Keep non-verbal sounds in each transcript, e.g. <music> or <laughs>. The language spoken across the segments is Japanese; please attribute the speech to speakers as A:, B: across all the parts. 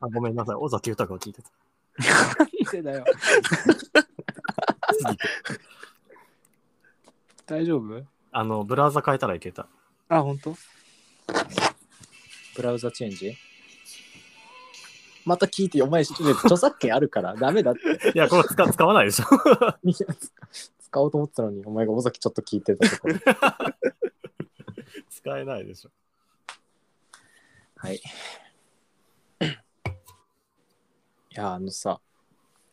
A: あごめんなさい。尾崎豊を聞いてた。
B: なんでだよ。
A: 次行く
B: 大丈夫
A: あの、ブラウザ変えたらいけた。
B: あ、本当？
C: ブラウザチェンジまた聞いてよ、お前、著作権あるから、ダメだって。
A: いや、これ
C: <laughs>
A: 使使わないでしょ。
C: いや使おうと思ってたのに、お前が尾崎ちょっと聞いてたところ。
A: 使えないでしょ。
C: はい。いや、あのさ、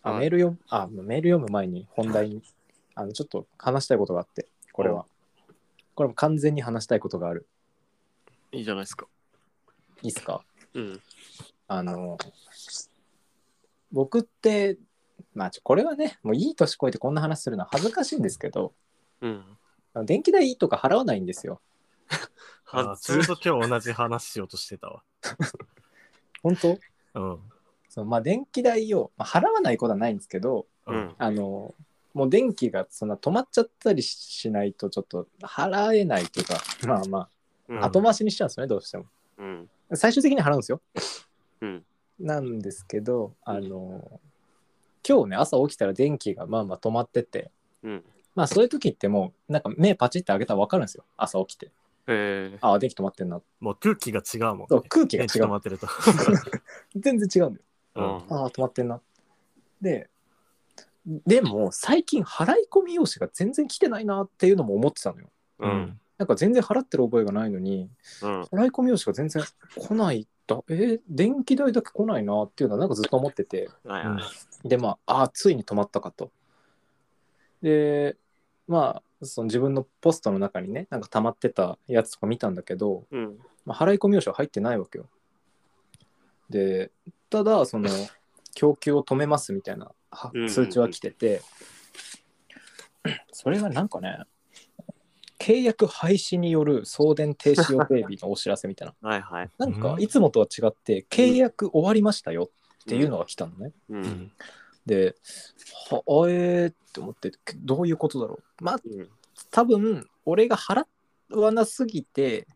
C: あ
A: はい
C: メール読む、あ、メール読む前に本題に、あの、ちょっと話したいことがあって、これは。これも完全に話したいことがある。
D: いいじゃないですか。
C: いいっすか
D: うん。
C: あの、僕って、まあ、ちょこれはね、もういい年こいてこんな話するのは恥ずかしいんですけど、
D: うん。
C: あの電気代とか払わないんですよ。
A: あ
D: は
A: ちょう
D: ず。
A: ど今日同じ話しようとしてたわ。
C: 本当
A: うん。
C: そのまあ電気代を、まあ、払わないことはないんですけど
D: うん。
C: あのもう電気がそんな止まっちゃったりしないとちょっと払えないというかまあま
D: うん
C: あ後回しにしちゃうんですよねどうしても
D: うん。
C: 最終的に払うんですよ
D: うん。
C: なんですけどあの今日ね朝起きたら電気がまあまあ止まってて
D: うん。
C: まあそういう時ってもうなんか目パチって開けたら分かるんですよ朝起きて
D: え
C: ああ電気止まってんな
A: もう空気が違うもん、ね。
C: そう空気が
A: 電池
C: 違
A: 止
C: う
A: まってると。
C: 全然違うんだよ
D: ー。 <laughs> うん。
C: ああ、止まってんな。で、でも最近払い込み用紙が全然来てないなっていうのも思ってたのよ。
D: う。
A: うんん。
C: なんか全然払ってる覚えがないのに、
D: うん。
C: 払い込み用紙が全然来ないんだ。えー電気代だけ来ないなっていうのはなんかずっと思ってて。
D: はいはい。
C: で、まあ、ああ、ついに止まったかと。で、まあ、その自分のポストの中にね、なんか溜まってたやつとか見たんだけど、
D: うん。
C: まあ、払い込み用紙は入ってないわけよ。でた
D: <laughs>
C: だその供給を止めますみたいなは
D: うんうんうん
C: 通知は来てて、 <clears throat> それがなんかね契約廃止による送電停止予定日のお知らせ
D: <laughs>
C: みたいな
D: はいはい。
C: なんか
A: うん
C: いつもとは違って契約終わりましたよっていうのが来たのね。
D: うん。
C: ではあえーって思ってどういうことだろうまあ
D: うん。
C: 多分俺が払わなすぎて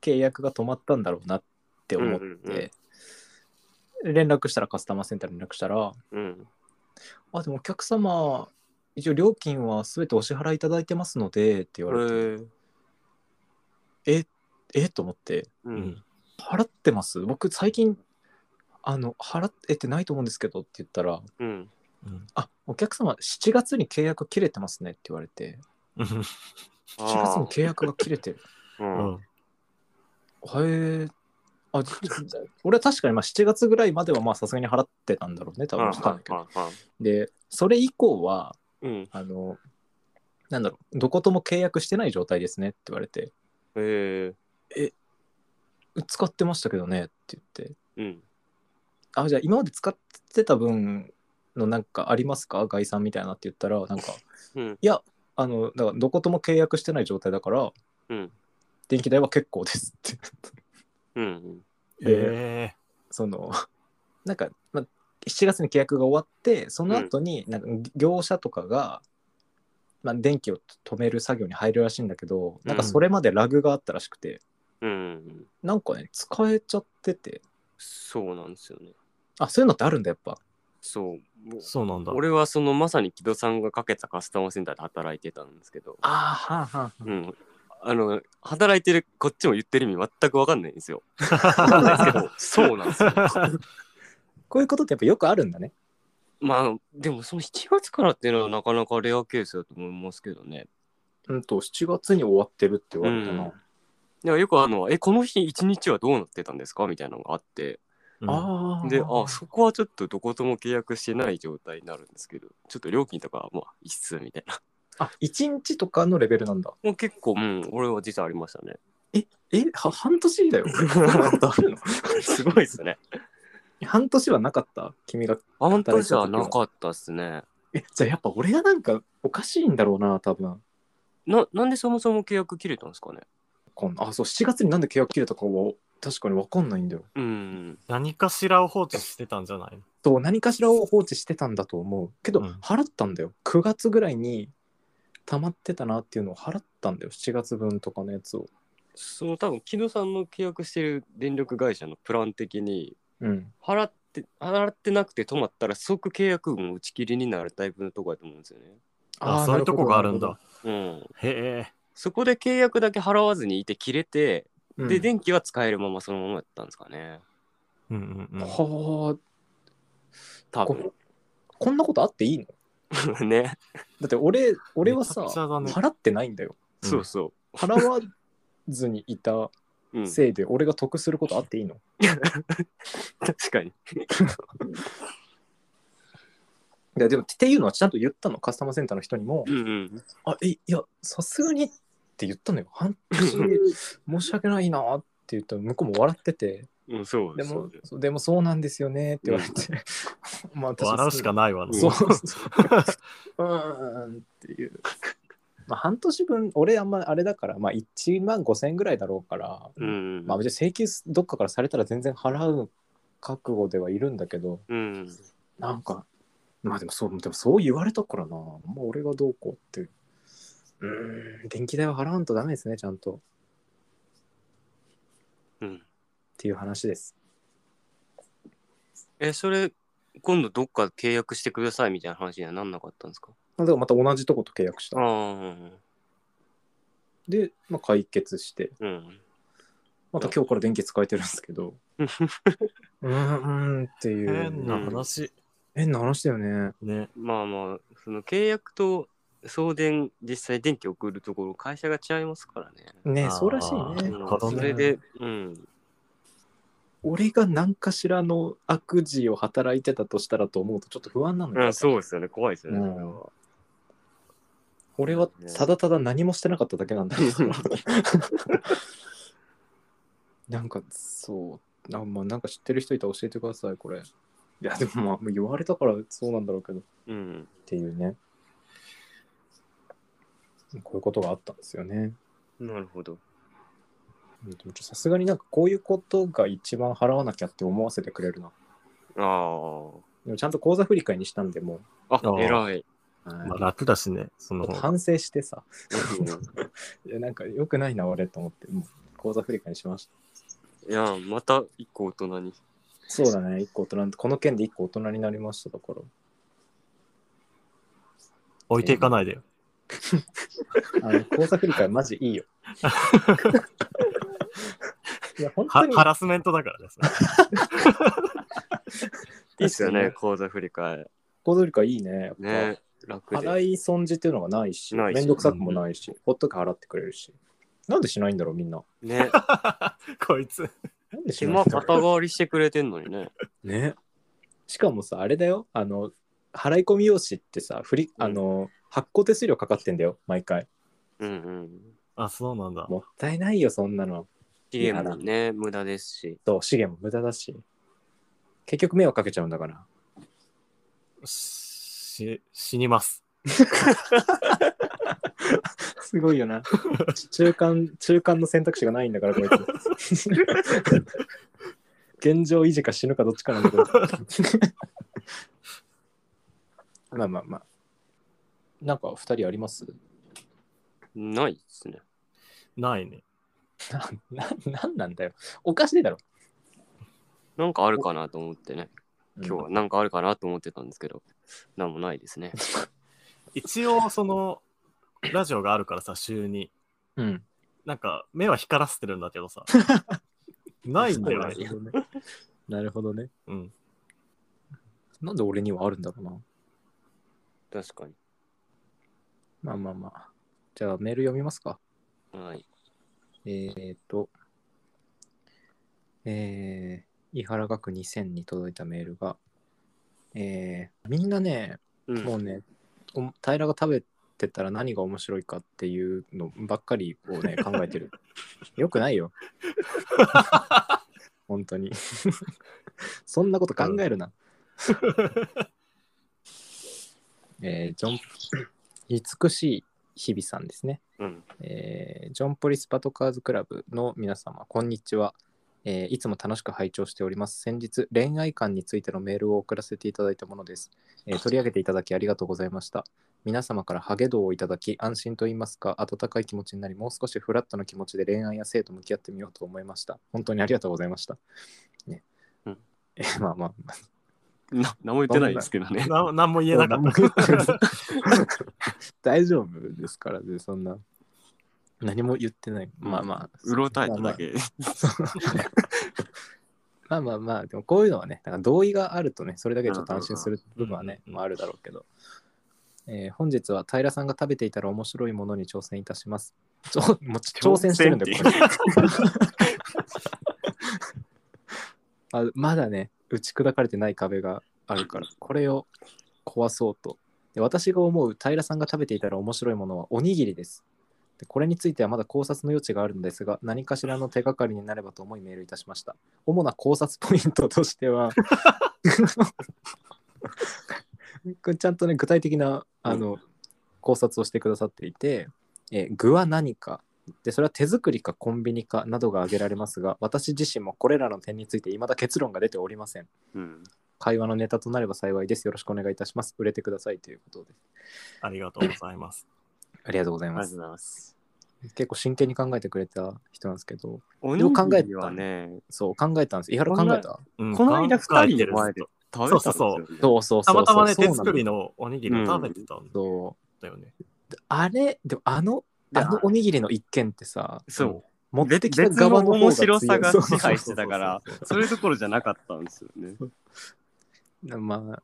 C: 契約が止まったんだろうなって思って、
D: うんうん
C: 連絡したらカスタマーセンターに連絡したら
D: うん。
C: 「あでもお客様一応料金は全てお支払いいただいてますので」って言
D: え
C: われて
D: ー。
C: 「ええと思って
D: う。
A: うんん。
C: 「払ってます僕最近あの払えてないと思うんですけど」って言ったら「
D: うん。
A: うん。
C: あお客様7月に契約切れてますね」って言われて「7月に
D: あ
C: 契約が切れて
D: <laughs>
C: る」
D: あ。う。
A: うんん。
C: へえ。あ、じ俺は確かにまあ7月ぐらいまではまあさすがに払ってたんだろうね、多分わかんないけど。で、それ以降は、
D: うん。
C: あの、なんだろう、どことも契約してない状態ですねって言われて、
D: えー。
C: 使ってましたけどねって言って、
D: うん。
C: あ、じゃあ今まで使ってた分のなんかありますか概算みたいなって言ったら、なんか、
D: <laughs> うん。
C: いや、あの、だからどことも契約してない状態だから、
D: うん。
C: 電気代は結構ですって。
D: うん。
A: ええ
C: <laughs> そのなんか、まあ、7月に契約が終わってその後になんか業者とかが、まあ、電気を止める作業に入るらしいんだけどなんかそれまでラグがあったらしくて、
D: うん。
C: なんかね使えちゃってて
D: そうなんですよね。
C: あそういうのってあるんだやっぱ
D: そう。もう
A: そうなんだ。
D: 俺はそのまさに木戸さんがかけたカスタマーセンターで働いてたんですけど、
C: あーはあは
D: うん、あの働いてるこっちも言ってる意味全く分かんないんですよ。分かんないですけどそうなんですよ。
C: こういうことってやっぱよくあるんだね
D: まあでもその7月からっていうのはなかなかレアケースだと思いますけどね。
C: うんと7月に終わってるって言われたな、
D: うんでよくあの「えこの日一日はどうなってたんですか?」みたいなのがあって
A: うん
C: ああ
D: であそこはちょっとどことも契約してない状態になるんですけどちょっと料金とかはまあ一室みたいな。
C: あ1日とかのレベルなんだ
D: もう結構、うん、俺は実はありましたね。
C: えは半
A: <laughs>
C: 年だよそんな <laughs> ことあるの
D: すごいですね。
C: 半年はなかった君が
D: あんたじゃなかったっすね。
C: えじゃあやっぱ俺がなんかおかしいんだろうな多分
D: ななんでそもそも契約切れたんですかね
C: こんあそう7月になんで契約切れたかは確かに分かんないんだよ
D: うん。
A: 何かしらを放置してたんじゃないの
C: そう何かしらを放置してたんだと思うけど、
A: うん
C: 払ったんだよ9月ぐらいに溜まってたなっていうのを払ったんだよ7月分とかのやつを
D: その多分木戸さんの契約してる電力会社のプラン的に
C: うん
D: 払っって払ってなくて止まったら即契約も打ち切りになるタイプのとこやと思うんですよね。
A: あそういうとこがあるん。
C: な
A: だ。
D: うん、
A: へえ。
D: そこで契約だけ払わずにいて切れて、
C: ほど
D: で電気は使えるままそのままやったんですかね <laughs>
A: うんうんうん。
B: ほう
D: 多
C: こ
D: 分
C: こんなことあっていいの
D: ね
C: だって俺俺はさ、
A: めちゃくちゃだね
C: 払ってないんだ
A: <laughs>
C: よ。
A: うん
D: そうそ
C: 払わずにいた
D: う、うん、
C: せいで俺が得することあっていいの、
D: 確かに
C: いやでもっていうのはちゃんと言ったのカスタマーセンターの人にも「
D: うんうん
C: あえいやさすがに」って言ったのよ半
D: う
C: 年申し訳ないなって言ったら向こうも笑ってて
D: うんそう
C: で
D: そ
C: も
D: う
C: そうでもそうなんですよねって言われて、 <laughs> まあ私
A: 笑うしかないわな。
C: そう <laughs> そううーんっていうまあ半年分俺あんまあれだからまあ1万5,000円ぐらいだろうから、
D: うんうん
C: まあ別に請求どっかからされたら全然払う覚悟ではいるんだけど
D: うん
C: なんかまあでもそうでもそう言われたからなもう俺がどうこうってうーん電気代は払わんとダメですねちゃんとっ
D: うん
C: ていう話です
D: えそれ今度どっか契約してくださいみたいな話にはなんなかったんですか
C: まあでもまた同じとこと契約し
D: ああ
C: たで、まあ、解決して
D: うん
C: また今日から電気使えてるんですけ <laughs> どうーんっていう
A: 変な話。
C: 変な話だよね
A: ね。
D: まあまあその契約と送電実際電気送るところ会社が違いますからね
C: ね
A: あー
C: そうらしいね
A: なるほど
D: そ
A: ね
D: れでうん
C: 俺が何かしらの悪事を働いてたとしたらと思うとちょっと不安なの
D: う
C: よ、
D: んそうですよね怖いですよね
C: うん
D: それは
C: 俺はただただ何もしてなかっただけなんだ <laughs> なんかそうな,、まあ、なんか知ってる人いたら教えてくださいこれいやでもまあもう言われたからそうなんだろうけどっ
D: うん
C: ていうねこういうことがあったんですよね
D: なるほど
C: うんでもちょさすがになんかこういうことが一番払わなきゃって思わせてくれるな
D: あ
C: でもちゃんと口座振り替えにしたんでも
D: あ
A: あ
D: あ
A: ー
D: 偉い
C: う、
A: まあ楽だしね。その
C: ちょっと
A: 方
C: 反省してさ
D: うん
C: いやなんか良くないな俺と思ってもう口座振り替えにしました
D: いやーまた一個大人に
C: そうだね一個大人この件で一個大人になりましただから
A: 置いていかないでよ。
C: あの口座振り替えマジいいよ <laughs> いや本当
A: は
C: に
A: ハラスメントだからですね。 <laughs>
D: いいっすよね口座振り替え
C: 口座振り替えいいねやっぱ
D: ね楽で
C: 払い損じっていうのがないし
D: ないし
C: めんどくさくもないし、ほっとけ払ってくれるしなんでしないんだろうみんな
D: ね
A: こいつ。
C: なんでし
D: 手
C: ない
D: 間
C: んだ
D: 肩
C: ろ
D: 代わりしてくれてんのにね
C: うねしかもさあれだよあの払い込み用紙ってさ振りあの発行手数料かかってんだよ毎回
D: うんうん
A: あ、そうなんだ。
C: もったいないよそんなの
D: 期限もね無駄ですし
C: そう、資源も無駄だし。結局迷惑かけちゃうんだから。
A: し、死にます。
C: すごいよな。中間、中間の選択肢がないんだから、こいつ。現状維持か死ぬかどっちかなんだ <laughs> けど。まあまあまあ。なんか二人あります
D: ないっすね
A: ないね。
C: な、な、なんなんだよ。おかしいだろ。
D: なんかあるかなと思ってね今日は
C: うん
D: なんかあるかなと思ってたんですけどなんもない
C: <laughs>
D: ですね
A: 一応、その、ラジオがあるからさ、週に。
C: うん。
A: なんか、目は光らせてるんだけど
C: <laughs>
A: さ。ないんだよね。
C: そうなんだよねなるほどね。
A: うん。
C: なんで俺にはあるんだろうな。
D: 確か
C: まあまあまあ。じゃあメール読みますか。
D: にはい
C: えー、と、えー、井原学2000に届いたメールが、えー、みんなね、
D: う
C: もうんね、お平が食べてたら何が面白いかっていうのばっかりをね、考えてる。よくないよ。本当に。そんなこと考えるな。えー、ジョン、 <coughs> 慈しい日々さんですね。
D: うん
C: えージョンポリスパトカーズクラブの皆様、こんにちは、えーいつも楽しく拝聴しております。先日、恋愛観についてのメールを送らせていただいたものです。えー取り上げていただきありがとうございました。皆様からハゲ道をいただき、安心と言いますか、温かい気持ちになり、もう少しフラットな気持ちで恋愛や性と向き合ってみようと思いました。本当にありがとうございました。ね
D: うん
C: え <laughs> まあまあまあ。
D: な何も言ってないですけ
C: <laughs>
D: どね。
A: な何も言えなかった。 <laughs>
C: 大丈夫ですからね、そんな。何も言ってない。まあまあ。
D: うろたえただけ。
C: まあまあまあ、でもこういうのはね、なんか同意があるとね、それだけでちょっと安心する部分はね、
A: うん
C: まあ、あるだろうけど。えー本日は平さんが食べていたら面白いものに挑戦いたします。ちょ <laughs> もう挑戦してるんだよ、これ。あまだね、打ち砕かれてない壁があるから、これを壊そうと。で私が思う平さんが食べていたら面白いものはおにぎりです。でこれについてはまだ考察の余地があるのですが、何かしらの手がかりになればと思いメールいたしました。主な考察ポイントとしては、 <laughs> これちゃんとね、具体的なあの考察をしてくださっていて、えー具は何かでそれは手作りかコンビニかなどが挙げられますが私自身もこれらの点について未だ結論が出ておりません
D: うん
C: 会話のネタとなれば幸いですよろしくお願いいたします売れてくださいということです
A: ありがとうございます。
C: ありがとうござい
D: ありが
C: ま
D: とう
C: す
D: ございます。
C: 結構真剣に考えてくれた人なんですけど
D: お
C: よう考えた
D: にぎりはね、
C: そう考えたんです伊原考えた
A: うん
D: この間
A: 考え
D: 二人
A: て
D: の
A: る
D: 前で食べたんですよね。
C: そうそうそう
A: たまたまね、
C: そう
A: 手
C: なの
A: 作りのおにぎりを食べてたん
C: そ
A: だよね。
C: うあれでもあの
D: で
C: あのおにぎりの一件ってさ
D: そう。
C: 持ってきた
D: 別の
C: 側の方
D: 面
C: が強
D: 白
C: い
D: さが
C: そう
D: 支配してたから、それどころじゃなかったんですよね。
C: まあ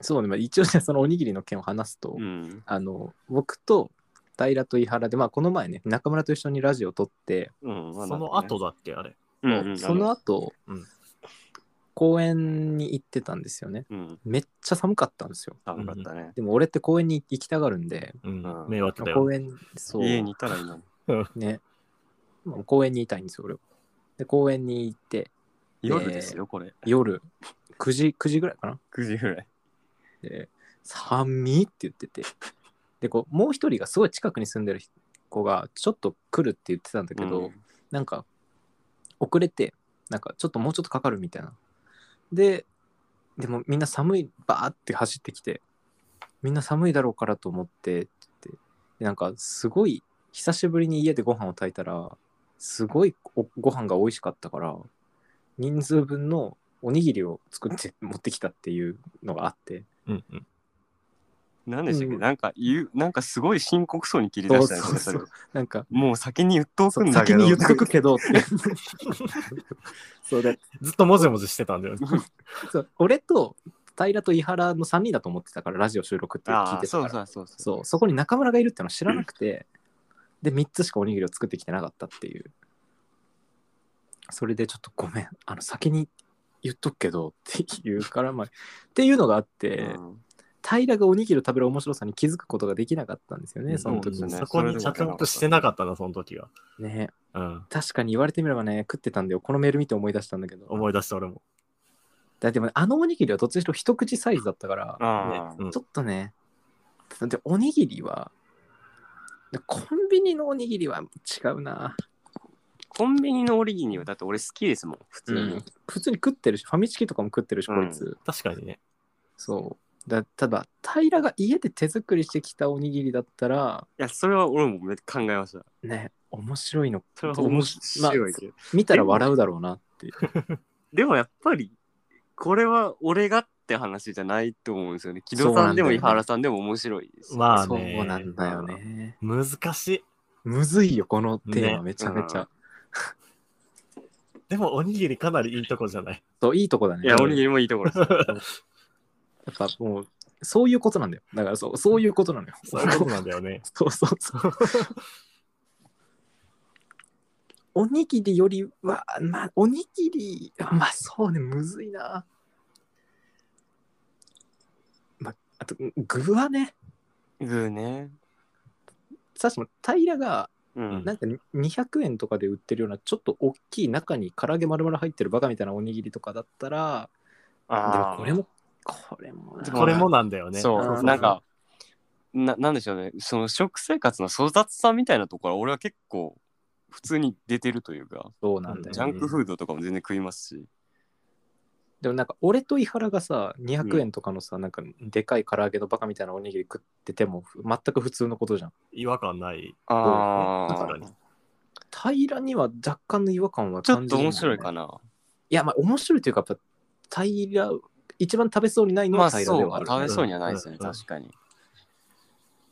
C: そうね、まあ、一応じゃあそのおにぎりの件を話すと、
D: うん。
C: あの僕と平と伊原で、まあ、この前ね中村と一緒にラジオ撮って、
D: うん。
A: その後だっけ、あれ。
D: うん、うん
C: その、後、
A: うん
C: 公園に行ってたんですよね
D: うん。
C: めっちゃ寒かったんですよ
D: 寒かったね。
C: でも俺って公園に行きたがるんで
A: うん
D: う、ん
A: 迷惑だよ
C: 公
A: ね。
C: 園そう
D: 家にいたらいいのに。
C: ねまあ公園にいたいんですよ俺はで公園に行って
D: 夜ですよ、これ。
C: 夜9時9時ぐらいかな
D: 9時ぐらい。
C: で寒いって言っててでこうもう一人がすごい近くに住んでる子がちょっと来るって言ってたんだけど、
D: うん
C: なんか遅れてなんかちょっともうちょっとかかるみたいなででもみんな寒いバーって走ってきてみんな寒いだろうからと思ってって言ってでなんかすごい久しぶりに家でご飯を炊いたらすごいおご飯が美味しかったから人数分のおにぎりを作って <laughs> 持ってきたっていうのがあって
A: うんうん <laughs>
D: 何でしたっけ、
C: うん
D: なんか言う、なんかすごい深刻そうに切り出したんですよ、
C: そ
D: そうれ
C: そうそうなんか
D: もう先に言っと
C: そ
D: く
C: うん
D: だけど。
C: 先に言っとくけどって
D: <laughs>
C: そうで
A: ずっともじもじしてたんだよね。
C: そう俺と平と伊原の3人だと思ってたからラジオ収録って聞
D: あ
C: い
D: あ、
C: てた
D: そ
C: か
D: う
C: らそう
D: そうそうそう。
C: そこに中村がいるってのを知らなくて、で3つしかおにぎりを作ってきてなかったっていうそれでちょっとごめんあの先に言っとくけどっていうからまあっていうのがあって、
D: うん
C: 平がおにぎりを食べる面白さに気づくことができなかったんです <laughs> よ
A: う
C: ね、
A: ん
C: その時
D: そうです
A: そ
D: ね
A: こにちゃんとしてなかったな、その時は。
C: ね
A: うん。
C: 確かに言われてみればね食ってたんだよこのメール見て思い出したんだけど
A: 思い出した俺も。
C: だでもねあのおにぎりはどっちにしろ一口サイズだったから、
D: ああ、
A: ねうん
C: ちょっとね、でおにぎりは、でコンビニのおにぎりは違うな。
D: コンビニのオリギニはだって俺好きですもん、普通に。
C: うん普通に食ってるし、ファミチキとかも食ってるし、こいつ。
A: 確かにね。
C: そうだただ、平が家で手作りしてきたおにぎりだったら、
D: いや、それは俺もめっちゃ考えました。
C: ね、面白いの。
D: それは面白いけど。
C: 見たら笑うだろうなっていう。
D: でもやっぱり、これは俺がって話じゃないと思うんですよね。木
C: そ
D: 戸
C: うな
D: さん
C: んだ
D: で
C: よ
D: も
C: ね
D: 伊原さんでも面白いです。
A: まあ
C: そう
A: ね。
C: なんだよ。ね。
A: 難しい。
C: むずいよ、このテーマ、めちゃめちゃ。
D: うん
A: でもおにぎりかなりいいとこじゃ
C: <laughs>
A: ない。
C: そう、いいとこだね。
D: いや、おにぎりもいいところです。
C: やっぱもう、そういうことなんだよ。だからそう、そういうことなのよ。
A: そういうことなんだよね。
C: そうそうそう。 <laughs> おにぎりよりは、まあ、おにぎり、まあそうね、むずいな。まあ、あと、具はね、 <laughs>
D: グーね。
C: さっきも平が、
D: うん。
C: なんか200円とかで売ってるような、ちょっと大きい中に唐揚げ丸々入ってるバカみたいなおにぎりとかだったら、でも
D: あ
C: これも、これもな、
D: で
A: これもなんだよ
D: あ、
A: ね。
C: そうそうそ
D: そうう、なんか、ななんでしょうね。その食生活の粗雑さみたいなところは俺は結構普通に出てるというか、
C: そうなんだ
D: ジ
C: よ、
D: ャ
C: ね
D: ンクフードとかも全然食いますし。
C: でもなんか、俺と伊原がさ、200円とかのさ、なんか、でかい唐揚げのバカみたいなおにぎり食ってても、全く普通のことじゃん。
A: 違和感ない。
D: あ
A: 確か
D: あ
A: に。
C: 平らには若干の違和感は
D: ちょ
C: 感
D: っ
C: じ
D: と
C: るん
D: 面
C: だよね、
D: 白いかな。
C: いや、まあ、面白いというか、やっぱ、平ら、一番食べそうにないの
D: ま
C: は
D: あ、
C: 平
D: そ
C: らで
D: う
C: はあ
D: か、食
C: る。
D: べそうにはないですね、
A: うんうん
D: 確かに。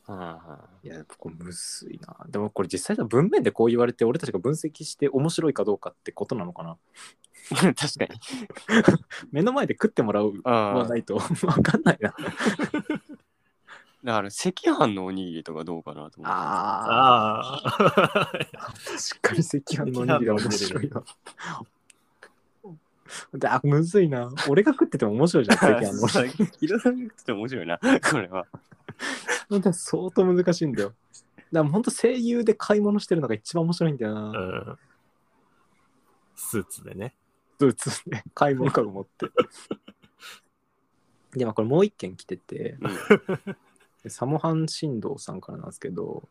D: うんうん
C: いや、やっぱこれむずいな。でもこれ実際だ文面でこう言われて、俺たちが分析して面白いかどうかってことなのかな。
D: <laughs> 確かに。
C: 目の前で食ってもらう
D: あ
C: はないと <laughs> わかんないな。
D: だから、赤飯のおにぎりとかどうかなと思って。
C: ああ、
A: ああ。
C: しっかり赤飯のおにぎりは面白いな。 <laughs> であむずいな。俺が食ってても面白いじゃん、赤飯の <laughs> おにぎり。
D: <laughs> 広さなくて面白いな、これは。
C: だから相当難しいんだよ。だから本当声優で買い物してるのが一番面白いんだよ
A: <laughs> う
C: な。
A: ん。スーツでね。
C: ずっとね、買い物かご持って。で、まあこれもう一件来てて。
D: うん
C: でサモハン神道さんからなんですけど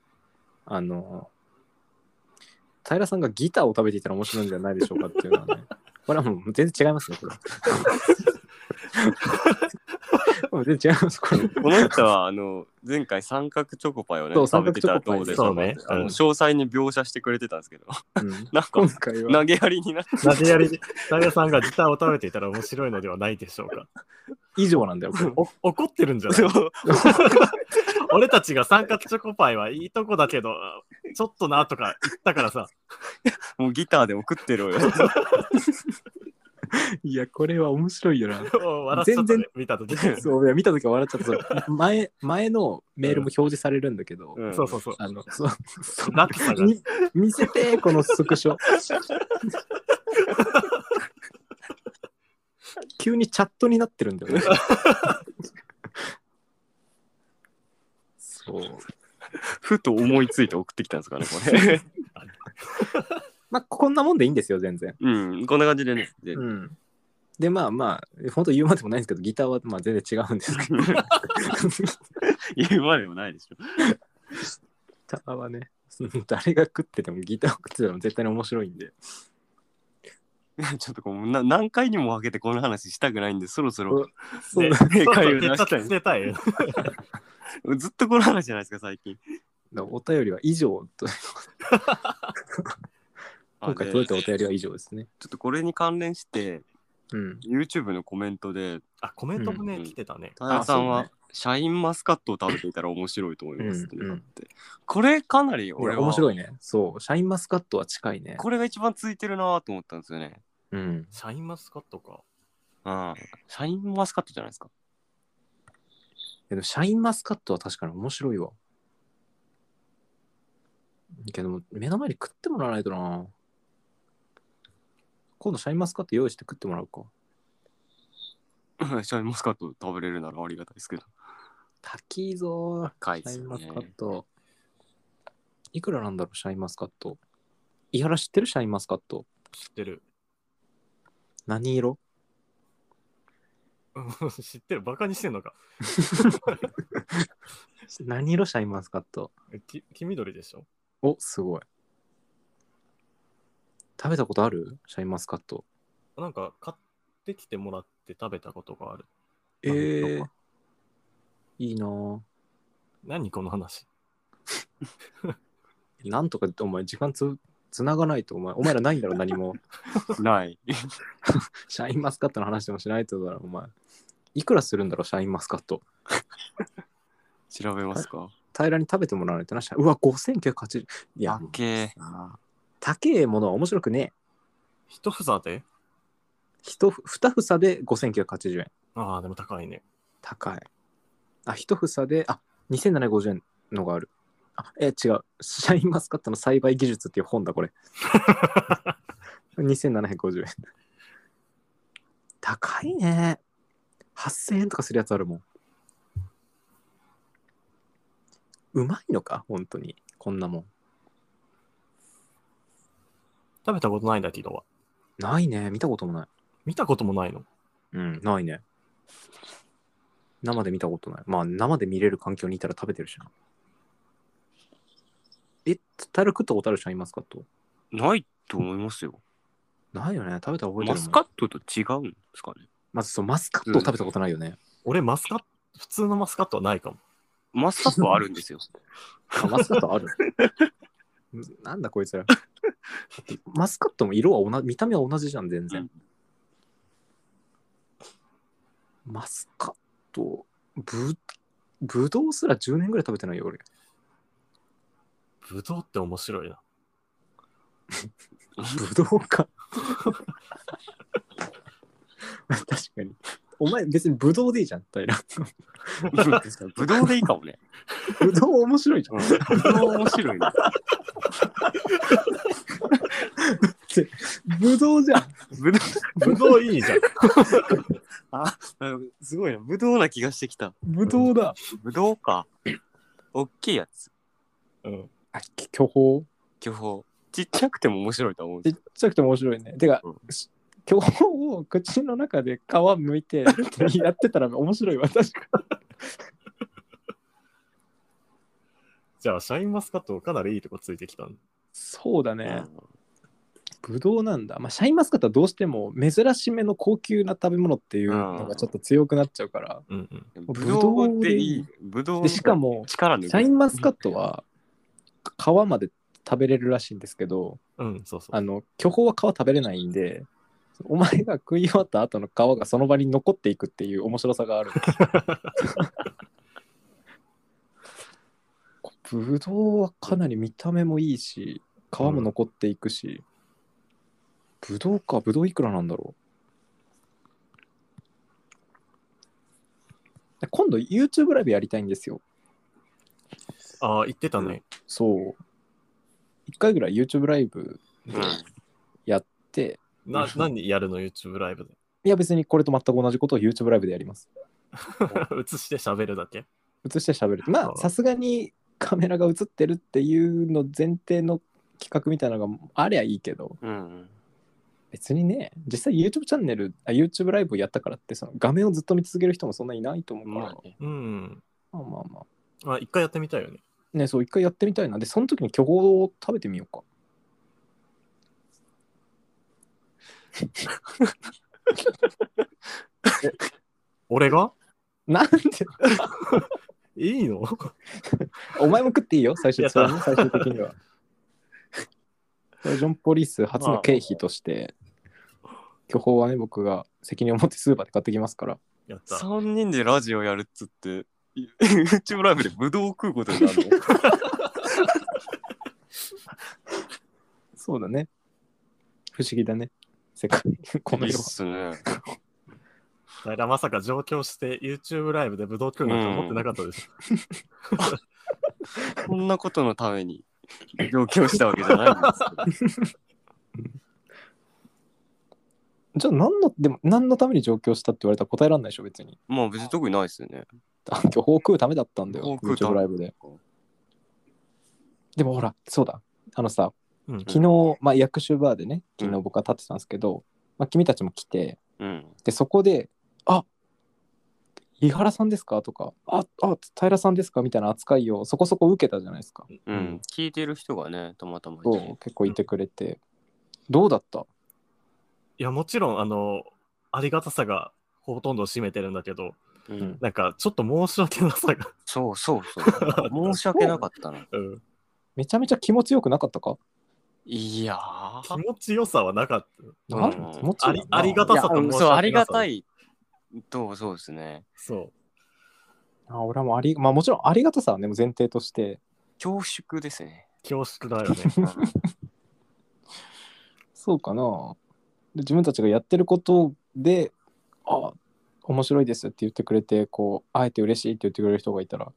C: あの平さんがギターを食べていたら面白いんじゃないでしょうかっていうの <laughs> はねこれはもう全然違いますねこれもう全然違いますこれ
D: この人は、あの、前回三角チョコパイをね、
C: そう
D: 食べてたらどうでしょうかっ
A: 三角
D: て
A: チョコパイ
D: あの
A: うん
D: 詳細に描写してくれてたんです
A: <laughs>
D: けど、
C: うん
D: なんか
C: 今、回は
D: 投げやりになって、
A: なぜやり、ダイヤさんがギターを食べていたら面白いのではないでしょうか。
C: 以上なんだよこれ
A: お怒ってるんじゃない
D: そう
A: <laughs> 俺たちが三角チョコパイはいいとこだけど、ちょっとなとか言ったからさ、
D: もうギターでも食って
A: <laughs>
D: ろよ。
C: いやこれは面白いよな
A: 笑っちゃった
C: 全
A: ね、見たとき。そ
C: そういや見た時は笑っちゃったそう前前のメールも表示されるんだけど、
D: うん
A: うそうそう。
C: あのそうそう
A: 落差が。
C: み見せてこのスク <laughs> ショ急にチャットになってるんだよねそう
D: ふと思いついて送ってきたんですかね、こ
A: <laughs>
D: れ。
C: まあこんなもんでいいんですよ全然
D: うん、こんな感じでね。で
C: うんでまあまあ本当言うまでもないんですけどギターはまあ全然違うんです <laughs> けどギ
D: 言うまでもないでしょ。 <laughs>
C: ターはね誰が食っててもギターを食ってても絶対に面白いんで
D: ちょっとこうな何回にも分けてこの話したくないんで、そろそろ
C: そう
A: ね
C: だ
D: 正解を出
A: ちょっ
D: し
A: と
D: た
A: 手伝ってたい。
D: い。ずっとこの話じゃないですか、最近。
C: お便りは以上と
D: あ
C: 今回
D: で
C: 届いたお便りは以上ですね
D: ちょっとこれに関連して、
C: うん
D: YouTube のコメントで、
A: あ、コメントも
D: う
A: ね、
D: ん
A: 来てたね。
D: 田中さん
C: あそう
D: は
C: ね
D: シャインマスカットを食べていたら面白いと思いますっていうのがあって、これかなり
C: こ
D: 俺
C: れ
D: は
C: 面白
D: い
C: いね。そう、シャインマスカットは近いね。
D: これが一番ついてるなと思ったんですよね、
C: うん。
A: シャインマスカットか。
D: うん、シャインマスカットじゃないですか
C: けど、シャインマスカットは確かに面白いわ。けど、目の前に食ってもらわないとな。今度、シャインマスカット用意して食ってもらうか。
D: うんシャインマスカット食べれるならありがたいですけど
C: 高いぞー。
D: 高いです
C: シャイン
D: よ
C: マス
D: ね
C: カット。いくらなんだろう、シャインマスカット。伊原知ってるシャインマスカット。
A: 知ってる。 <laughs>
C: 何色
A: うん知ってる。バカにしてんのか。
C: 何色シャインマスカット。
A: き黄緑でしょ
C: お、すごい。食べたことあるシャインマスカット。
A: なんか買ってきてもらって食べたことがある。
C: え
A: えー
C: いいなぁ。
A: 何この話。
C: なんとかお前時間つつながないとお前お前らないんだろ何も
D: ない
C: シャインマスカットの話でもしないとだろお前いくらするんだろうシャインマスカット
D: 調べますか
C: 平らに食べてもらわないとなシャインうわ5980いや
D: あっけ
C: な高えものは面白くねえ
A: 一房で
C: 一ふ二房で5980円
A: ああ、でも高いね。
C: 高いあ一房であ2750円のがあるあえ違うシャインマスカットの栽培技術っていう本だこれ2750円高いね8000円とかするやつあるもんうまいのか本当にこんなもん
A: 食べたことないんだけどは。
C: ないね見たこともない
A: 見たこともないの。
C: うんないね生で見たことないまあ生で見れる環境にいたら食べてるしなえタル食ったことある人いますかと
D: ないと思いますよ
C: ないよね食べたら覚えてるも
D: マ
C: ん
D: スカットと違うんですかね
C: まずそうマスカットを食べたことないよね、
A: 俺、マスカット、普通のマスカットはないかも。
D: マスカットはあるんですよ
C: あマスカ
D: <laughs>
C: ットあるなんだこいつらマスカットも色は同じ見た目は同じじゃん全然、
D: うん
E: マスカット、ぶ、ぶどうすら10年ぐらい食べてないよ、俺。
A: ぶどうって面白いな。
E: ぶどうか。確かに。お前別にぶどうでいいじゃん、平。
D: ぶどうでいいかもね。
E: ぶどう面白いじゃん。
D: うんぶどう面白いな。
E: ぶどうじゃん。
D: ぶど
A: ぶどういいじゃん。
D: う、すごいな。ぶどうな気がしてきた。
E: ぶどうだ。
D: ぶどうか。おっきいやつ。
A: うん。
E: あ、巨峰
D: 巨峰。ちっちゃくても面白いと思う。
C: ちっちゃくても面白いね。てか、
D: うん
C: 巨峰を口の中で皮むいてやってたら面白いわ、確かに。
A: じゃあ、シャインマスカットかなりいいとこついてきたん
C: そうだ
D: う
C: ね。
D: ん
C: ぶどうなんだ。まあ、シャインマスカットはどうしても珍しめの高級な食べ物っていうのがちょっと強くなっちゃうから。
A: うんうん。
D: ぶどうでいい。ぶどう
C: でしかも、
D: 力抜
C: シ
D: く。
C: ャインマスカットは皮まで食べれるらしいんですけど、
A: うん、そうそう。
C: あの巨峰は皮食べれないんで、お前が食い終わった後の皮がその場に残っていくっていう面白さがある。ぶどうはかなり見た目もいいし、皮も残っていくし、ぶどうか、ぶどういくらなんだろう。今度 YouTube ライブやりたいんですよ。
A: ああ、言ってたね。
C: そう。一回ぐらい YouTube ライブやって、
A: な、何やるの ?YouTube ライブで。 <laughs>
C: いや別にこれと全く同じことを YouTube ライブでやります。
A: 映して喋るだけ。
C: 映して喋る。ま
A: あ
C: あさすがにカメラが映ってるっていうの前提の企画みたいなのがありゃいいけど、
D: うん。うん。
C: 別にね、実際 YouTube チャンネル、あ YouTube ライブをやったからって、その画面をずっと見続ける人もそんないないと思うから、
D: まあね。
A: うん。
C: まあまあまあ。
A: まあ、一回やってみたいよね。
C: ね、そう、一回やってみたいな。で、その時に巨峰を食べてみようか。
A: 俺が
C: なんで、
A: いいの <laughs>
C: お前も食っていいよ、最終
A: やった
C: それはね最終的には。これジョン・ポリス初の経費として、巨峰はね、僕が責任を持ってスーパーで買ってきますから。
A: やった。
D: 3人でラジオやるっつって、YouTube ライブでぶどうを食うことになるの。
C: そうだね。不思議だね。世界、この
D: いいっ
C: 色は。
D: すね。
A: だからまさか上京して YouTube ライブで武道教育なんて思ってなかったです。
D: こんなことのために上京したわけじゃないんですけど。
C: じゃあ何の、でも何のために上京したって言われたら答えられないでしょ、別に。
D: まあ別に特にないですよね。
C: あ巨峰食うためだったんだよ、
D: 巨峰食うた
C: YouTube
D: め
C: ライブで。でもほら、そうだ。あのさ、
A: うん
C: 昨日、まあ、役所バーでね、昨日僕は立ってたんですけど、まあ、君たちも来て、
D: うん。
C: でそこで「あ井原さんですか?」とか「ああ平さんですか?」みたいな扱いをそこそこ受けたじゃないですか。
D: う
A: うんん。
D: 聞いてる人がね、たまたまいて
C: そう結構いてくれて、どうだった
A: いや、もちろん、あの、ありがたさがほとんどを占めてるんだけど、
D: うん
A: なんかちょっと申し訳なさが。
D: そうそうそう。申し訳なかったな。
A: うん
C: めちゃめちゃ気持ちよくなかったか
D: いや
A: 気
D: ー。
A: 持ちよさはなかっ
C: な
D: うん
C: 気持ちいい
A: ありありがたさと申し訳なさ
D: いやそう、ありがたいと、そうですね。
A: た。そ
C: あ俺もあり、まあ、もちろんありがたさはねもう前提として
D: 恐縮です
A: <laughs>
D: ね。
A: う。恐縮だよ
C: <laughs>
A: ね。
D: うん
C: そうかなで自分たちがやってることで「あ面白いです」って言ってくれてこうあえて嬉しいって言ってくれる人がいたら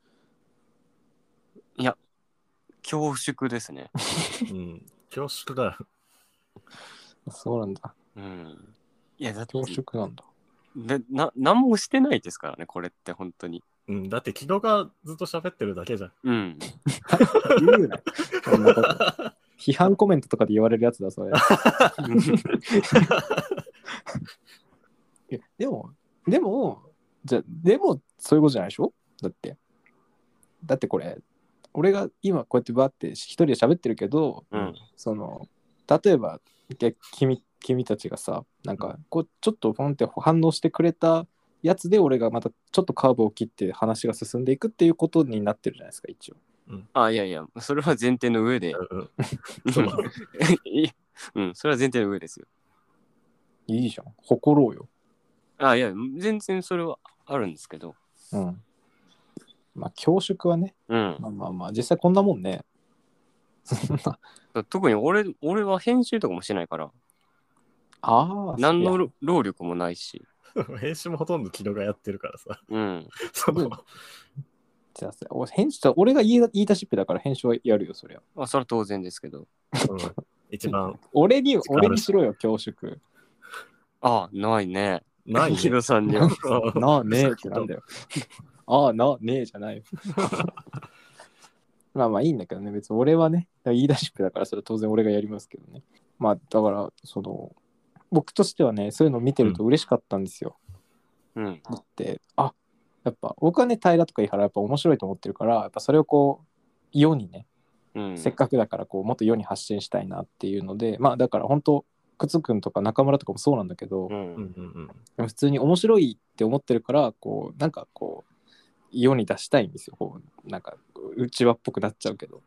D: 恐縮ですね。
A: うん。恐縮だよ。
C: そうなんだ
D: うん。いや、だって
C: 恐、縮なんだ。
D: でな何もしてないですからね、これって本当に。
A: うん。だって木戸がずっと喋ってるだけじゃん。 <laughs>
D: うん。
C: 言うな。そんなこと批判コメントとかで言われるやつだ、それ。いやでも、でも、じゃでも、そういうことじゃないでしょだって。だってこれ、俺が今こうやってバーって一人で喋ってるけど、
D: うん。
C: その、例えば、で君君たちがさ、なんか、こう、ちょっとポンって反応してくれたやつで、俺がまたちょっとカーブを切って話が進んでいくっていうことになってるじゃないですか、一応。
D: あ、いやいや、それは前提の上で。
A: うんうん。そう
D: <laughs>
A: だね
D: いやうん、それは前提の上ですよ。
C: いいじゃん。誇ろうよ。
D: あ、いや、全然それはあるんですけど。
C: うん。まあ、教職はね、
D: うん。
C: まあまあまあ、実際こんなもんね。そんな。
D: 特に俺、俺は編集とかもしてないから、
C: ああ、
D: 何
C: い
D: の
C: や
D: ろ労力もないし。
A: 編集もほとん <laughs> ど木戸がやってるからさ。 <laughs>
D: うん。
A: その
C: じゃあさ俺編集俺が言い言い出しっぺだから編集はやるよ、そりゃ。
D: まあ、それは当然ですけど。
A: うん一番、
C: 俺に、
A: 力ある
C: 俺にしろよ、教職。
D: ああ、ないね。
A: ないね
D: ヒロさんには。
C: なあねえってなんだよ。ああなあねえじゃないよ。 <laughs> まあまあいいんだけどね、別に俺はね、言い出しっぺだからそれは当然俺がやりますけどね。まあだから、その、僕としてはね、そういうのを見てると嬉しかったんですよ。
D: うん。
C: だって、あやっぱ僕はね、平とか井原やっぱ面白いと思ってるから、やっぱそれをこう、世にね、
D: うん。
C: せっかくだからこうもっと世に発信したいなっていうのでまあだから本当くつくんとか中村とかもそうなんだけど、
D: う
A: うん
D: ん。
A: うん
C: 普通に面白いって思ってるからこうなんかこう世に出したいんですよこうなんかうちわっぽくなっちゃうけど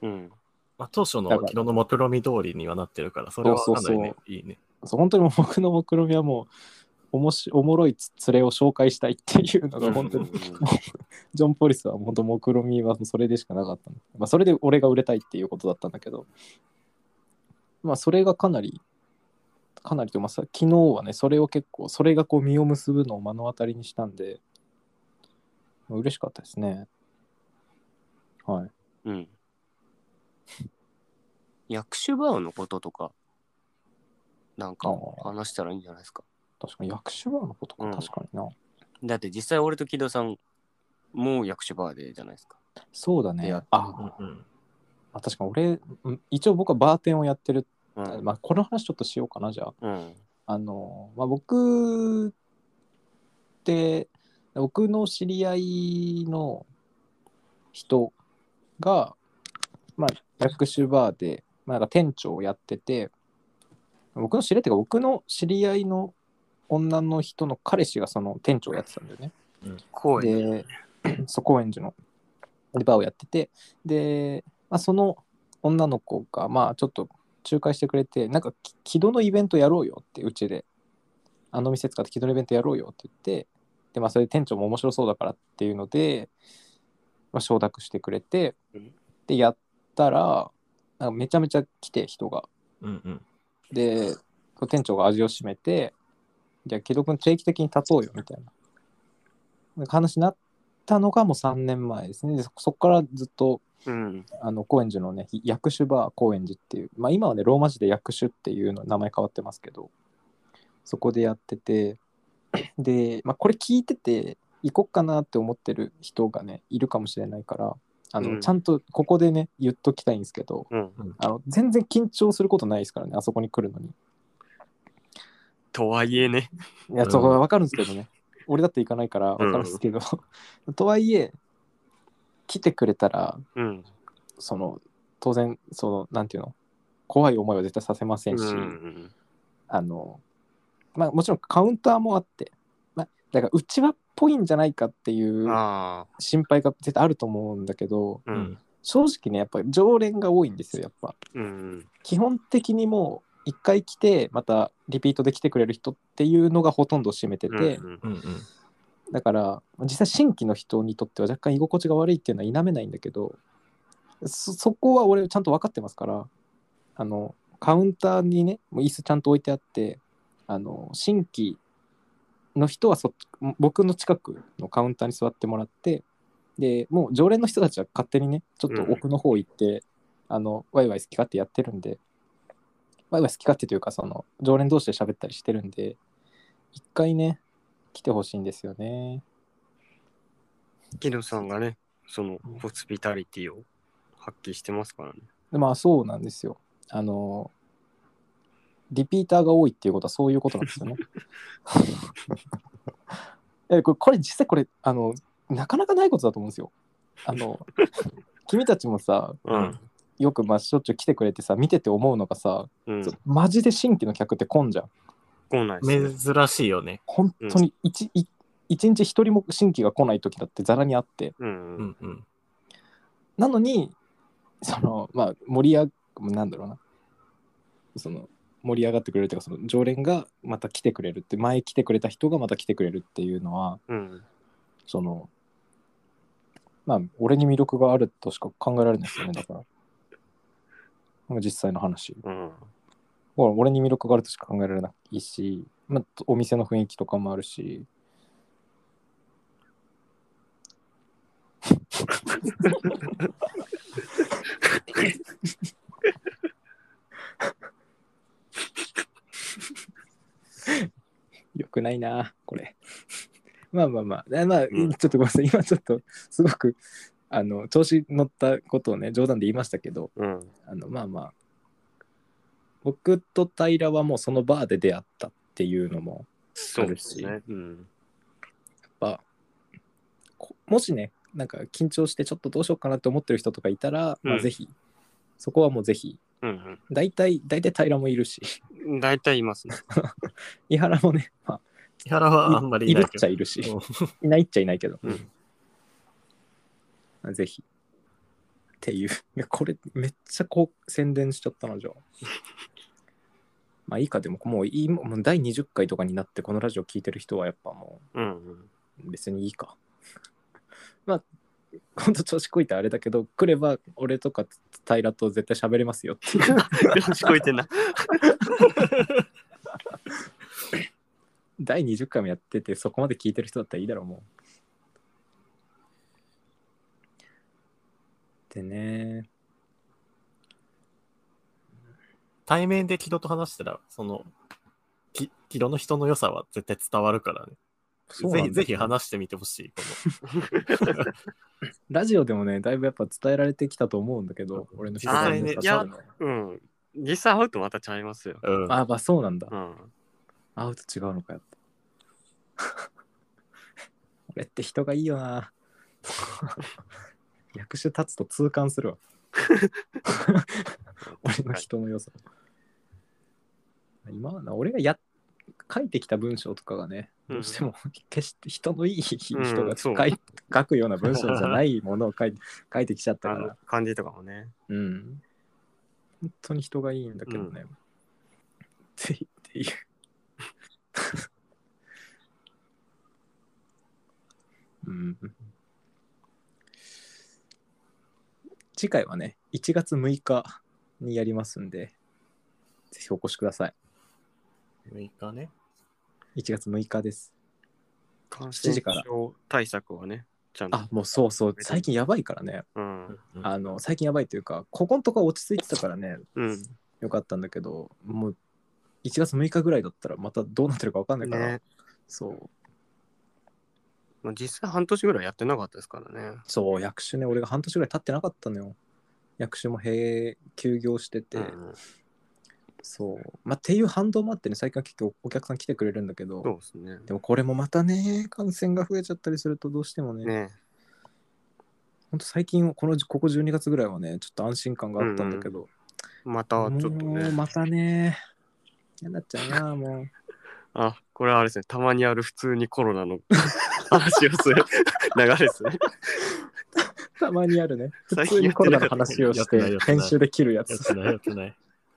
D: うん。
A: まあ、当初
C: だ
A: の
C: から
A: 木戸の目論見通りにはなってるから、それは
C: そう
A: か
C: そ
A: な
C: うそう
A: りね、いいね。
C: そう本当にもう僕の目論みはもうおもしおもろいつ連れを紹介したいっていうのが本当にジョン・ポリスは本当目論みはそれでしかなかったの、まあ、それで俺が売れたいっていうことだったんだけどまあそれがかなりかなりとまあさ昨日はねそれを結構それがこう実を結ぶのを目の当たりにしたんで、まあ、嬉しかったですねはい
D: うん。役所バウのこととか、なんか
C: あー
D: 話したらいいんじゃないですか。
C: 確かに役所側のことか、
D: うん
C: 確かにな
D: だって実際俺と木戸さんも役所バーでじゃないですか。
C: そうだ
D: い
C: ね
D: や
C: あ、
A: うん
C: ま
A: うん
C: あ確かに俺うん一応僕はバーテンをやってる、
D: うん。
C: まあ、この話ちょっとしようかなじゃあ
D: うん。
C: あの、まあ、僕って僕の知り合いの人が、まあ、薬種バーで、まあ、なんか店長をやってて僕の知り合いっていうか僕の知り合いの女の人の彼氏がその店長をやってたんだよね。
D: 声ね。
C: で、そう高円寺のリバーをやってて、で、まあ、その女の子が、まあ、ちょっと仲介してくれて、なんか、き木戸のイベントやろうよって、うちで、あの店使って木戸のイベントやろうよって言って、で、まあ、それで店長も面白そうだからっていうので、まあ、承諾してくれて
D: うん、
C: で、やったら、なんかめちゃめちゃ来て、人が。
A: うんうん
C: で、店長が味を占めて、じゃあ、木戸君定期的に立とうよ、みたいな。なんか話になったのがもう3年前ですね。でそそこからずっと、
D: うん。
C: あの、高円寺のね、薬種バー高円寺っていう、まあ今はね、ローマ字で薬種っていうの、名前変わってますけど、そこでやってて、で、まあこれ聞いてて、行こっかなって思ってる人がね、いるかもしれないから、あの、
D: うん
C: ちゃんとここでね、言っときたいんですけど、
D: うん。
C: あの全然緊張することないですからね、あそこに来るのに。
D: とはいえね。
C: いや、
A: うん
C: そこはわかるんですけどね。 <laughs> 俺だって行かないからわかるんですけど。 <laughs> とはいえ、来てくれたら、
D: うん。
C: その、当然、その、なんていうの、怖い思いは絶対させませ
D: うん
C: し、
D: ん。
C: あの、まあ、もちろんカウンターもあって、まあ、だから、うちわっぽいんじゃないかっていう
D: あ
C: 心配が絶対あると思うんだけど、
D: あ。うん。
C: 正直ね、やっぱり常連が多いんですよ、やっぱ。
D: うん。
C: 基本的にもう、一回来て、またリピートで来てくれる人っていうのがほとんど占めてて、
D: うん
A: うんうん
C: だから実際新規の人にとっては若干居心地が悪いっていうのは否めないんだけどそそこは俺ちゃんと分かってますからあのカウンターにねもう椅子ちゃんと置いてあってあの新規の人はそ僕の近くのカウンターに座ってもらってでもう常連の人たちは勝手にねちょっと奥の方行って、あのワイワイ好き勝手やってるんでワイワイ好き勝手というかその常連同士で喋ったりしてるんで一回ね来てほしいんですよね。
D: 木戸さんがね、そのホスピタリティを発揮してますからね。
C: でまあそうなんですよ。あのリピーターが多いっていうことはそういうことなんですよね。えこれこれ実際これあのなかなかないことだと思うんですよ。あの君たちもさ
D: うん。
C: よくまあしょっちゅう来てくれてさ見てて思うのがさ、
D: うん。
C: マジで新規の客って混んじゃん。
D: 来ないですね。
A: 珍しいよね。
C: 本当に一、い一日一人も新規が来ない時だってざらにあって
D: うん
A: う。んうん
C: なのにそのまあ盛り上がなんだろうなその盛り上がってくれるというかその常連がまた来てくれるって前来てくれた人がまた来てくれるっていうのは
D: うん。
C: そのまあ俺に魅力があるとしか考えられないですよねだからまあ実際の話
D: うん。
C: ほら俺に魅力があるとしか考えられないし、まあ、お店の雰囲気とかもあるしよくないなこれまあまあまああまあ、
D: うん
C: ちょっとごめんなさい今ちょっとすごくあの調子乗ったことをね冗談で言いましたけど
D: うん。
C: あのまあまあ僕と平はもうそのバーで出会ったっていうのも
D: そうですね。うん。
C: やっぱこもしねなんか緊張してちょっとどうしようかなって思ってる人とかいたら、ま
D: う
C: あ
D: ん
C: ぜひそこはもうぜひ
D: うん、
C: 大体大体平もいるし
D: うん。大体いますね。
C: 伊原もね、ま
A: 木原はあん
C: あ、
A: まり
C: い
A: いな
C: る
A: い
C: っ
A: け
C: ちゃ
A: ど。
C: いるし、
A: うん
C: いないっちゃいないけど、
D: うん
C: まあぜひっていういやこれめっちゃこう宣伝しちゃっ
A: <laughs>
C: たなじゃあまあいいかでももういいもう第20回とかになってこのラジオ聞いてる人はやっぱもう
D: うん、うん。
C: 別にいいか。まあ、ほんと調子こいてあれだけど、来れば俺とか平と絶対喋れますよっていう。
D: 聞こ
A: <laughs>
D: えてんな。
C: 第20回もやってて、そこまで聞いてる人だったらいいだろう、もう。でね、
A: 対面で木戸と話したら、その、き木戸の人の良さは絶対伝わるからね。
C: そう
A: ぜ
C: なんだ
A: ひ、ぜひ話してみてほしい。こ
C: ラジオでもね、だいぶやっぱ伝えられてきたと思うんだけど、俺の人
A: あ
C: の
A: ね
C: 良
A: いや
C: さ
D: うん。実際会うとまたちゃいますよ。
A: のうん。
C: あ、まあそうなんだ
D: う。ん。
C: 会うと違うのかよって。 <laughs> 俺って人がいいよな。 <laughs> 役所立つと痛感するわ。俺の人の良さ。今はな、俺がや書いてきた文章とかがね、
D: うん
C: どうしても <laughs> 決して人のいい人が
D: うん
C: 書
D: そう
C: い、書くような文章じゃないものを
D: <laughs>
C: 書い書いてきちゃった
D: あ
C: か
D: の
C: ら、
D: 感じとかもね。
C: うん。本当に人がいいんだけどね。ってっていう。うん次回はね1月6日にやりますんでぜひお越しください
A: 6日ね。
C: 1月6日です
D: 感
C: 7
D: 染
C: 時から
D: 症対策はね、ちゃんと。
C: あもうそうそう最近やばいからね
D: うん。
A: うん
C: あの最近やばいというかここのとこは落ち着いてたからね
D: うん。
C: よかったんだけどもう1月6日ぐらいだったらまたどうなってるか分かんないから、
D: ね。
C: そう
D: まあ実際半年ぐらいやってなかったですからね。
C: そう役所ね俺が半年ぐらい経ってなかったのよ役所も閉休業してて、
D: うん、
C: そうまあっていう反動もあってね最近は結構お客さん来てくれるんだけど
D: そうですね。
C: でもこれもまたね、感染が増えちゃったりするとどうしてもね、
D: ね
C: ほんと最近、このここ12月ぐらいはね、ちょっと安心感があったんだけど、
D: またちょっと
C: もう
D: ね。
C: またね、嫌になっちゃうな、もう。
D: あ、これはあれですね。たまにある普通にコロナの話を <laughs> する流れですね。
C: たまにあるね、普
D: 最
C: 通
D: 近やっ
C: にコ
D: て
C: ロナ
D: なか
C: の
D: った
C: 話をし
A: やってない
C: て
A: や、ってない
C: 編集で切るや
A: やっ
C: つ。
A: てない、
C: <laughs>
A: やってない。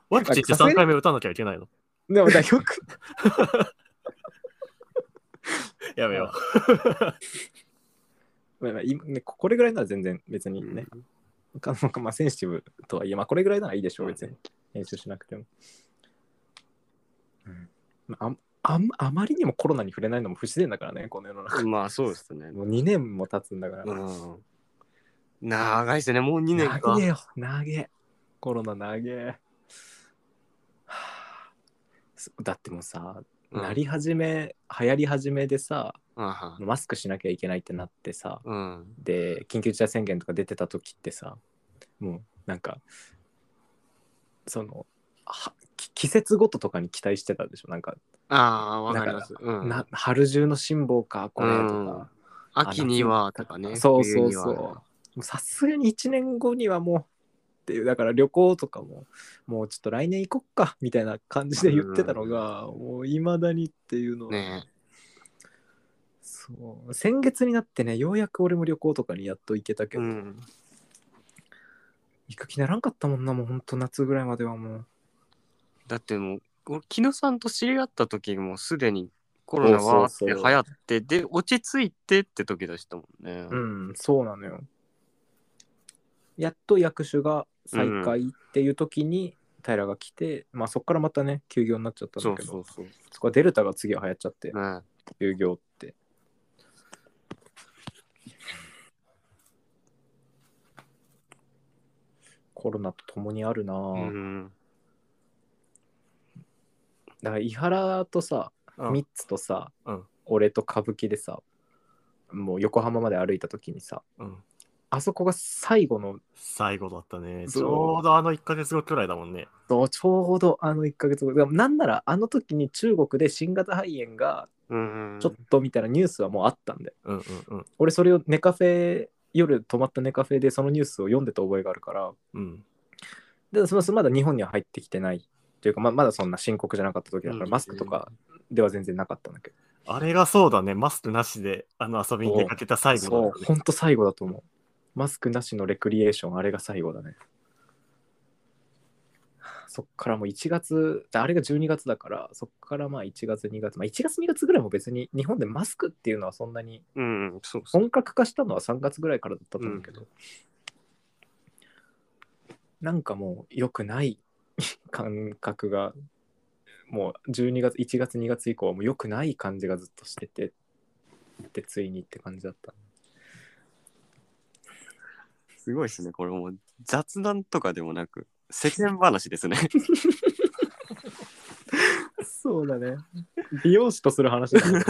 A: ワクチンって
C: さすがに
A: 3回目打たなきゃいけないの。
C: でもだ、よく、
A: やめよ
C: まあまあ今ねこれぐらいなら <laughs> 全然別にね、他のまあ、センシティブとはいえ、まあ、これぐらいならいいでしょう、別に。編集しなくても。うんまああんあまりにもコロナに触れないのも不自然だからね、この世の中。
D: まあそうですね。
C: もう2年も経つんだから。
D: うん。長いですね。もう2年か
C: 長。えよ、長え。コロナ長え。はあそだってもうさ、
D: うん
C: なり始め、流行り始めでさ、
D: あは
C: マスクしなきゃいけないってなってさ、
D: うん。
C: で、緊急事態宣言とか出てた時ってさ、もうなんか、その、はき季節ごととかに期待してたでしょなんか、
D: ああ、わかります。うん
C: な。春中の辛抱かこれとか、
D: 秋にはとかね。
C: そうそ
D: 冬
C: う
D: には
C: そう。もうさすがに1年後にはもうっていうだから旅行とかももうちょっと来年行こっかみたいな感じで言ってたのが、もういまだにっていうのは
D: ね
C: そう先月になってねようやく俺も旅行とかにやっと行けたけ
D: う
C: ど、
D: ん。
C: 行く気ならんかったもんなもうほんと夏ぐらいまではもう
D: だってもう俺木野さんと知り合った時もすでにコロナはって
F: そう
D: 流
F: そうそう
D: 行ってで落ち着いてって時でしたもんね。
C: うん、そうなのよ。やっと役所が再開っていう時に平が来て、まあそこからまたね、休業になっちゃったんだ
D: そう
C: けど、
D: そ
C: そ
D: うそう。ね
C: こはデルタが次は流行っちゃって、休業って。コロナと共にあるな
D: う
C: ぁ、
D: ん。
C: だから伊原とさ、
A: うん
C: ミッツとさ、
A: うん
C: 俺と歌舞伎でさ、もう横浜まで歩いた時にさ、
A: うん
C: あそこが最後の
A: 最後だったね。
C: そ
A: ち
C: う
A: ょうどあの1ヶ月後くらいだもんね。
C: そうちょうどあの1ヶ月後でもなんならあの時に中国で新型肺炎が
D: うん。
C: ちょっとみたいなニュースはもうあったんで、
A: うんうんうん。
C: 俺それをネカフェ夜泊まったネカフェでそのニュースを読んでた覚えがあるから
A: うん。
C: でそのまだ日本には入ってきてないというかままだそんな深刻じゃなかった時だから、
D: うん
C: マスクとかでは全然なかったんだけど、
A: あれがそうだね。マスクなしであの遊びに出かけた最後だ
C: そ
A: った
C: う
A: ね。
C: ほんと最後だと思うマスクなしのレクリエーションあれが最後だねそっからもう1月あれが12月だからそっからまあ1月2月まあ1月2月ぐらいも別に日本でマスクっていうのはそんなに
D: うん。そうそう。
C: 本格化したのは3月ぐらいからだったと思うけど、なんかもう良くない <laughs> 感覚がもう12月1月2月以降はもう良くない感じがずっとしててでついにって感じだった
D: すごいですね。これもう雑談とかでもなく世間話ですね。
C: そうだね。美容師とする話だ、ね。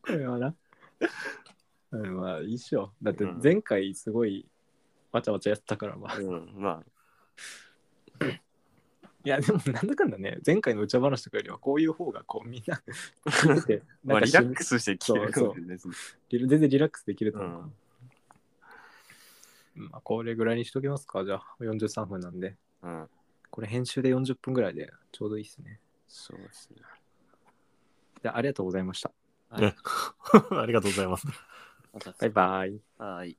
C: これはな。うん、まあ、いいっしょ。だって
D: うん
C: 前回すごいわちゃわちゃやったから、まあ。
D: うん。 <laughs> ま
C: いや、でもなんだかんだね、前回のお茶話とかよりはこういう方がこうみん <laughs> な聞いてて、
D: あ、ま
C: な
D: あ、
C: んか
D: リ
C: し
D: ラックスして聞けるかもしれないですね。
C: リ全然リラックスできると
D: う
C: 思う。
D: ん。
C: まあ、これぐらいにしときますか。じゃあ、43分なんで。
D: うん。
C: これ編集で40分ぐらいでちょうどいいですね。
D: そうですね。
C: じゃあ、ありがとうございました。
A: <laughs> ありがとうございます。
C: バイバイ。
D: はい。